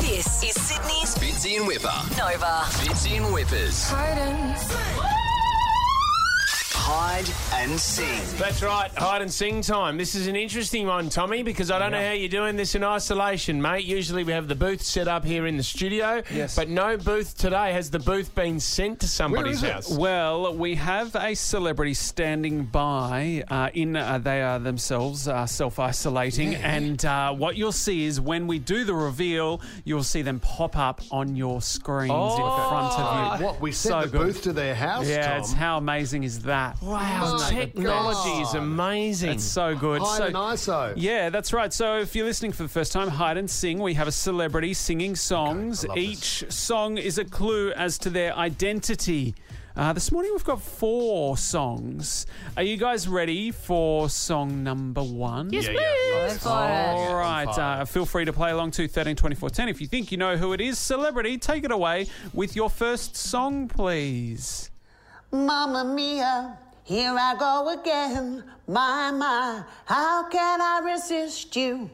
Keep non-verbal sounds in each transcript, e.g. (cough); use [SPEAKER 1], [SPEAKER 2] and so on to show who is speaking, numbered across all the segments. [SPEAKER 1] This is Sydney's
[SPEAKER 2] Bitsy and Whipper.
[SPEAKER 1] Nova.
[SPEAKER 2] Bitsy and Whippers. Hide and sing.
[SPEAKER 3] That's right, hide and sing time. This is an interesting one, Tommy, because I don't know how you're doing this in isolation, mate. Usually we have the booth set up here in the studio,
[SPEAKER 4] Yes.
[SPEAKER 3] but no booth today. Has the booth been sent to somebody's house?
[SPEAKER 4] Well, we have a celebrity standing by. Uh, in uh, they are themselves uh, self isolating, and uh, what you'll see is when we do the reveal, you'll see them pop up on your screens in front of you.
[SPEAKER 5] What we sent
[SPEAKER 4] So
[SPEAKER 5] the
[SPEAKER 4] good.
[SPEAKER 5] booth to their house,
[SPEAKER 4] Yeah,
[SPEAKER 5] Oh, Tom.
[SPEAKER 4] it's how amazing is that?
[SPEAKER 3] Wow, technology is Oh, amazing.
[SPEAKER 4] It's so good.
[SPEAKER 5] Hide
[SPEAKER 4] so,
[SPEAKER 5] and ISO.
[SPEAKER 4] Yeah, that's right. So if you're listening for the first time, Hide and Sing, we have a celebrity singing songs.
[SPEAKER 5] love
[SPEAKER 4] Each song is a clue as to their identity. Uh, this morning we've got four songs. Are you guys ready for song number one? Yes, All right. Uh, feel free to play along to 13, 24, 10. If you think you know who it is, celebrity, take it away with your first song, please.
[SPEAKER 6] Mamma mia, here I go again. My, my, how can I resist you?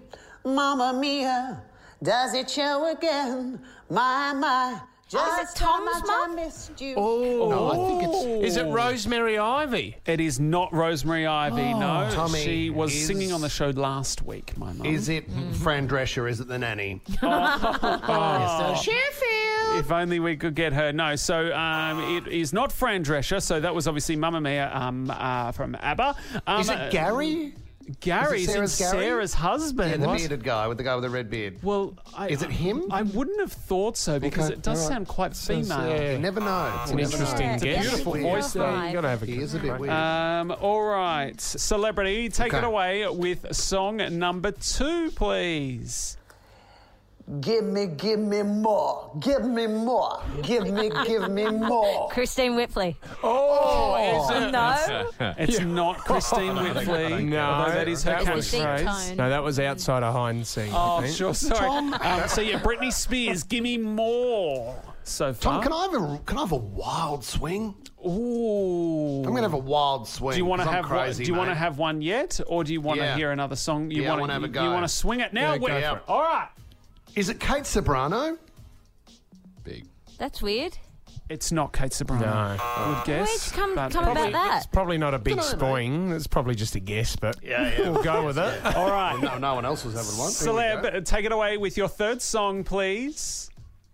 [SPEAKER 6] Mamma mia, does it show again? My, my, just how
[SPEAKER 1] Tom's
[SPEAKER 6] much I missed you.
[SPEAKER 5] No, I think it's
[SPEAKER 3] Is it Rosemary Ivy?
[SPEAKER 4] It is not Rosemary Ivy. no,
[SPEAKER 5] Tommy
[SPEAKER 4] she was
[SPEAKER 5] is-
[SPEAKER 4] singing on the show last week. My mum.
[SPEAKER 5] is it Fran Drescher? Is it
[SPEAKER 4] (laughs)
[SPEAKER 5] the nanny?
[SPEAKER 4] Oh. If only we could get her. No, so um, it is not Fran Drescher. So that was obviously Mamma Mia um, uh, from ABBA. Um,
[SPEAKER 5] Is
[SPEAKER 4] uh,
[SPEAKER 5] it Gary?
[SPEAKER 4] Gary's
[SPEAKER 5] Is it Sarah's
[SPEAKER 4] in
[SPEAKER 5] Gary?
[SPEAKER 4] Sarah's husband.
[SPEAKER 5] Yeah, the
[SPEAKER 4] What?
[SPEAKER 5] bearded guy with the guy with the red beard.
[SPEAKER 4] Well, I,
[SPEAKER 5] Is it him?
[SPEAKER 4] I wouldn't have thought so because
[SPEAKER 5] Okay,
[SPEAKER 4] it does
[SPEAKER 5] alright.
[SPEAKER 4] sound quite female.
[SPEAKER 5] You never know. You
[SPEAKER 3] An
[SPEAKER 5] never
[SPEAKER 3] interesting
[SPEAKER 5] know.
[SPEAKER 3] guess.
[SPEAKER 5] beautiful
[SPEAKER 3] Weird.
[SPEAKER 5] voice
[SPEAKER 3] Yeah, you got to have a
[SPEAKER 5] He is a bit weird.
[SPEAKER 4] Um, all right, celebrity, take
[SPEAKER 5] Okay.
[SPEAKER 4] it away with song number two, please.
[SPEAKER 6] Give me, give me more. Give me more. Give me, give me more.
[SPEAKER 7] Christine Whipley.
[SPEAKER 5] Oh.
[SPEAKER 1] No.
[SPEAKER 4] It's
[SPEAKER 3] (laughs)
[SPEAKER 4] not Christine Whitley.
[SPEAKER 3] No,
[SPEAKER 4] although that is her
[SPEAKER 3] that was-
[SPEAKER 4] catchphrase.
[SPEAKER 3] No, that was outside of hide and sing.
[SPEAKER 4] Oh, sure. Sorry. Um, so yeah, Britney Spears, give me more. So far.
[SPEAKER 5] Tom, can I have a can I have a wild swing?
[SPEAKER 4] Ooh.
[SPEAKER 5] I'm gonna have a wild swing.
[SPEAKER 4] do you want to
[SPEAKER 5] 'cause I'm
[SPEAKER 4] have
[SPEAKER 5] crazy,
[SPEAKER 4] one, do you want to
[SPEAKER 5] mate.
[SPEAKER 4] have one yet, or do you want to
[SPEAKER 5] Yeah.
[SPEAKER 4] hear another song? You
[SPEAKER 5] Yeah, I
[SPEAKER 4] want
[SPEAKER 5] wanna have a
[SPEAKER 4] You
[SPEAKER 5] go.
[SPEAKER 4] want to swing it now?
[SPEAKER 5] Yeah, go
[SPEAKER 4] Whip.
[SPEAKER 5] for it.
[SPEAKER 4] All right.
[SPEAKER 5] Is it Kate Sobrano?
[SPEAKER 7] That's weird.
[SPEAKER 4] It's not Kate Sobrano. No. Good guess.
[SPEAKER 7] Where'd you come,
[SPEAKER 4] but-
[SPEAKER 7] come about that?
[SPEAKER 3] Probably not a big swing. It's probably just a guess, but we'll go with it.
[SPEAKER 4] All right.
[SPEAKER 5] No, no one else was having one. Here we go.
[SPEAKER 4] Celeb, take it away with your third song, please.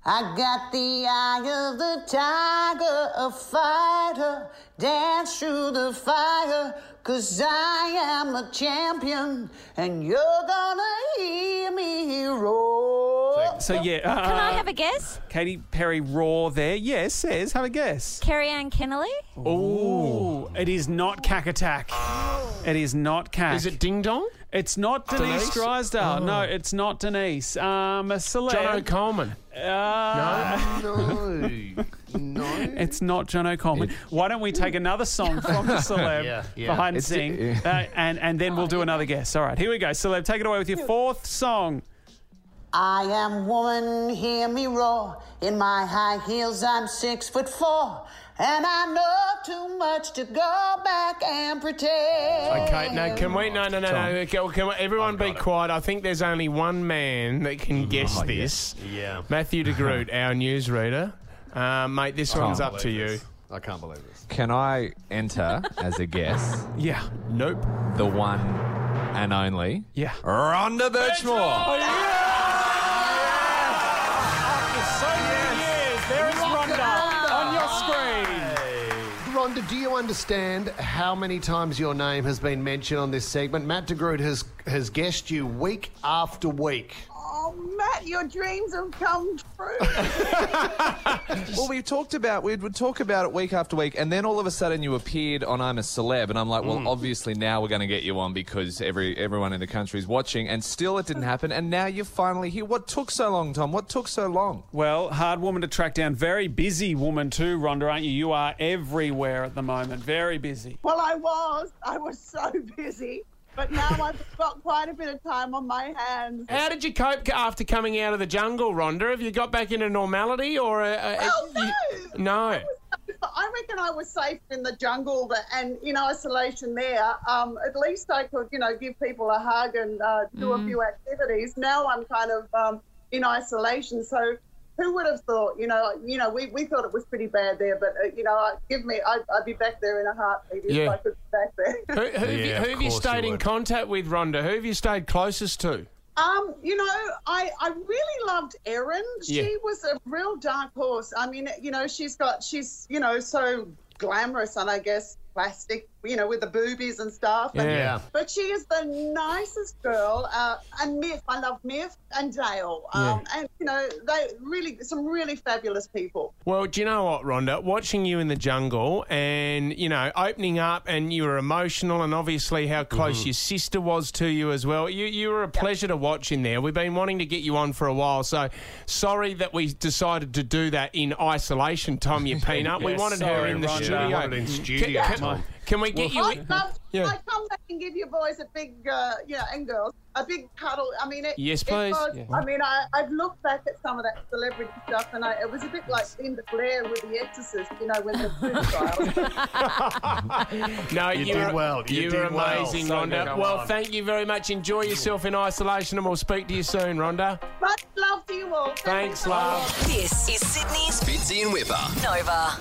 [SPEAKER 6] I got the eye of the tiger, a fighter, dance through the fire, cause I am a champion, and you're gonna hear me roar.
[SPEAKER 4] So yeah, uh,
[SPEAKER 7] Can I have a guess?
[SPEAKER 4] Katy Perry Raw there. Yes, says have a guess.
[SPEAKER 7] Carrie Ann Kennelly?
[SPEAKER 4] Ooh, it is not Cack Attack.
[SPEAKER 7] Oh.
[SPEAKER 4] It is not Cack.
[SPEAKER 3] Is it Ding Dong?
[SPEAKER 4] It's not
[SPEAKER 3] Denise?
[SPEAKER 4] Denise, Drysdale.
[SPEAKER 5] Oh.
[SPEAKER 4] No, it's not Denise. Um, a celeb.
[SPEAKER 3] John O'Coleman.
[SPEAKER 4] Uh,
[SPEAKER 5] No, no.
[SPEAKER 4] It's not John O'Coleman. Why don't we take another song from
[SPEAKER 5] (laughs)
[SPEAKER 4] the celeb
[SPEAKER 5] Yeah, yeah. Oh,
[SPEAKER 4] behind
[SPEAKER 5] It's-
[SPEAKER 4] sing, uh, and and then we'll do another guess. All right, here we go. Celeb, take it away with your fourth song.
[SPEAKER 6] I am woman, hear me roar. In my high heels, I'm six foot four, and I know too much to go back and pretend.
[SPEAKER 3] Okay, Oh, no, can we? No, no, no, no. Can, can we- everyone be quiet? I think there's only one man that
[SPEAKER 1] Mm,
[SPEAKER 3] can
[SPEAKER 1] oh,
[SPEAKER 3] guess this.
[SPEAKER 5] Yeah.
[SPEAKER 3] Matthew
[SPEAKER 1] (laughs)
[SPEAKER 3] de Groot, our newsreader. Uh, mate, this one's up to you.
[SPEAKER 5] I can't believe this.
[SPEAKER 8] Can I enter as a (laughs) guess
[SPEAKER 4] Yeah,
[SPEAKER 3] Nope.
[SPEAKER 8] the one and only
[SPEAKER 4] yeah.
[SPEAKER 1] Oh,
[SPEAKER 8] Rhonda Birchmore?
[SPEAKER 4] So many years. There is Rhonda on your screen.
[SPEAKER 5] Rhonda, do you understand how many times your name has been mentioned on this segment? Matt de Groot has has guessed you week after week.
[SPEAKER 9] Oh, Matt, your dreams have come true.
[SPEAKER 8] Well, we talked about we would talk about it week after week, and then all of a sudden you appeared on I'm a Celeb, and I'm like, well, obviously now we're going to get you on because every everyone in the country is watching, and still it didn't happen, and now you're finally here. What took so long, Tom? What took so long?
[SPEAKER 4] Well, hard woman to track down. Very busy woman too, Rhonda, aren't you? You are everywhere at the moment. Very busy.
[SPEAKER 9] well, I was. I was so (laughs) busy. But now I've got quite a bit of time on my hands.
[SPEAKER 3] How did you cope after coming out of the jungle, Rhonda? Have you got back into normality or? A, a,
[SPEAKER 9] Oh, no!
[SPEAKER 3] you- no.
[SPEAKER 9] I reckon I was safe in the jungle th- and in isolation there. Um, at least I could, you know, give people a hug and uh, do a few activities. Now I'm kind of um, in isolation. So who would have thought? You know, you know, we, we thought it was pretty bad there, but uh, you know, I- give me, I, I'd be back there in a heartbeat if
[SPEAKER 3] Yeah.
[SPEAKER 9] I could be back there. (laughs)
[SPEAKER 3] Who, who, have you-
[SPEAKER 1] Yeah, of
[SPEAKER 3] who have you
[SPEAKER 1] course
[SPEAKER 3] stayed
[SPEAKER 1] you
[SPEAKER 3] in
[SPEAKER 1] would.
[SPEAKER 3] contact with, Rhonda? Who have you stayed closest to?
[SPEAKER 9] Um, you know, I, I really loved Erin. She
[SPEAKER 3] Yeah.
[SPEAKER 9] was a real dark horse. I mean, you know, she's got she's you know so glamorous and I guess plastic, you know, with the boobies and stuff. And,
[SPEAKER 3] Yeah.
[SPEAKER 9] But she is the nicest girl. Uh, and Miff, I love Miff and Dale. Um, And you know, they really some really fabulous people.
[SPEAKER 3] Well, do you know what, Rhonda? Watching you in the jungle and, you know, opening up and you were emotional and obviously how
[SPEAKER 1] Mm-hmm.
[SPEAKER 3] close your sister was to you as well. You, you were a pleasure to watch in there. We've been wanting to get you on for a while, so sorry that we decided to do that in isolation,
[SPEAKER 1] (laughs)
[SPEAKER 3] Tom, you peanut. we
[SPEAKER 4] Yeah,
[SPEAKER 3] wanted her
[SPEAKER 4] sorry,
[SPEAKER 3] in the
[SPEAKER 4] Rhonda.
[SPEAKER 3] studio.
[SPEAKER 4] Yeah, I
[SPEAKER 1] wanted in
[SPEAKER 3] Can-
[SPEAKER 1] studio,
[SPEAKER 3] Can,
[SPEAKER 1] Tom.
[SPEAKER 3] can we get you...
[SPEAKER 9] I love,
[SPEAKER 3] Yeah.
[SPEAKER 9] I come back and give you boys a big, uh, you know, and girls a big cuddle. I mean, it,
[SPEAKER 3] Yes,
[SPEAKER 9] it
[SPEAKER 3] please.
[SPEAKER 9] was-
[SPEAKER 3] Yeah.
[SPEAKER 9] I mean, I, I've looked back at some of that celebrity stuff, and I, it was a bit like Linda Blair with The Exorcist, you know,
[SPEAKER 3] (laughs)
[SPEAKER 9] when the food trials.
[SPEAKER 3] No,
[SPEAKER 1] You
[SPEAKER 3] are
[SPEAKER 1] did well. You
[SPEAKER 3] you
[SPEAKER 1] did
[SPEAKER 3] were
[SPEAKER 1] well.
[SPEAKER 3] amazing,
[SPEAKER 1] So
[SPEAKER 3] Rhonda.
[SPEAKER 1] come
[SPEAKER 3] Well,
[SPEAKER 1] on.
[SPEAKER 3] thank you very much. Enjoy yourself in isolation, and we'll speak to you soon, Rhonda.
[SPEAKER 9] Much love to you all. Thank you
[SPEAKER 3] Thanks,
[SPEAKER 9] so
[SPEAKER 3] love.
[SPEAKER 9] much.
[SPEAKER 10] This is Sydney's
[SPEAKER 2] Fitzy and Whipper.
[SPEAKER 10] Nova.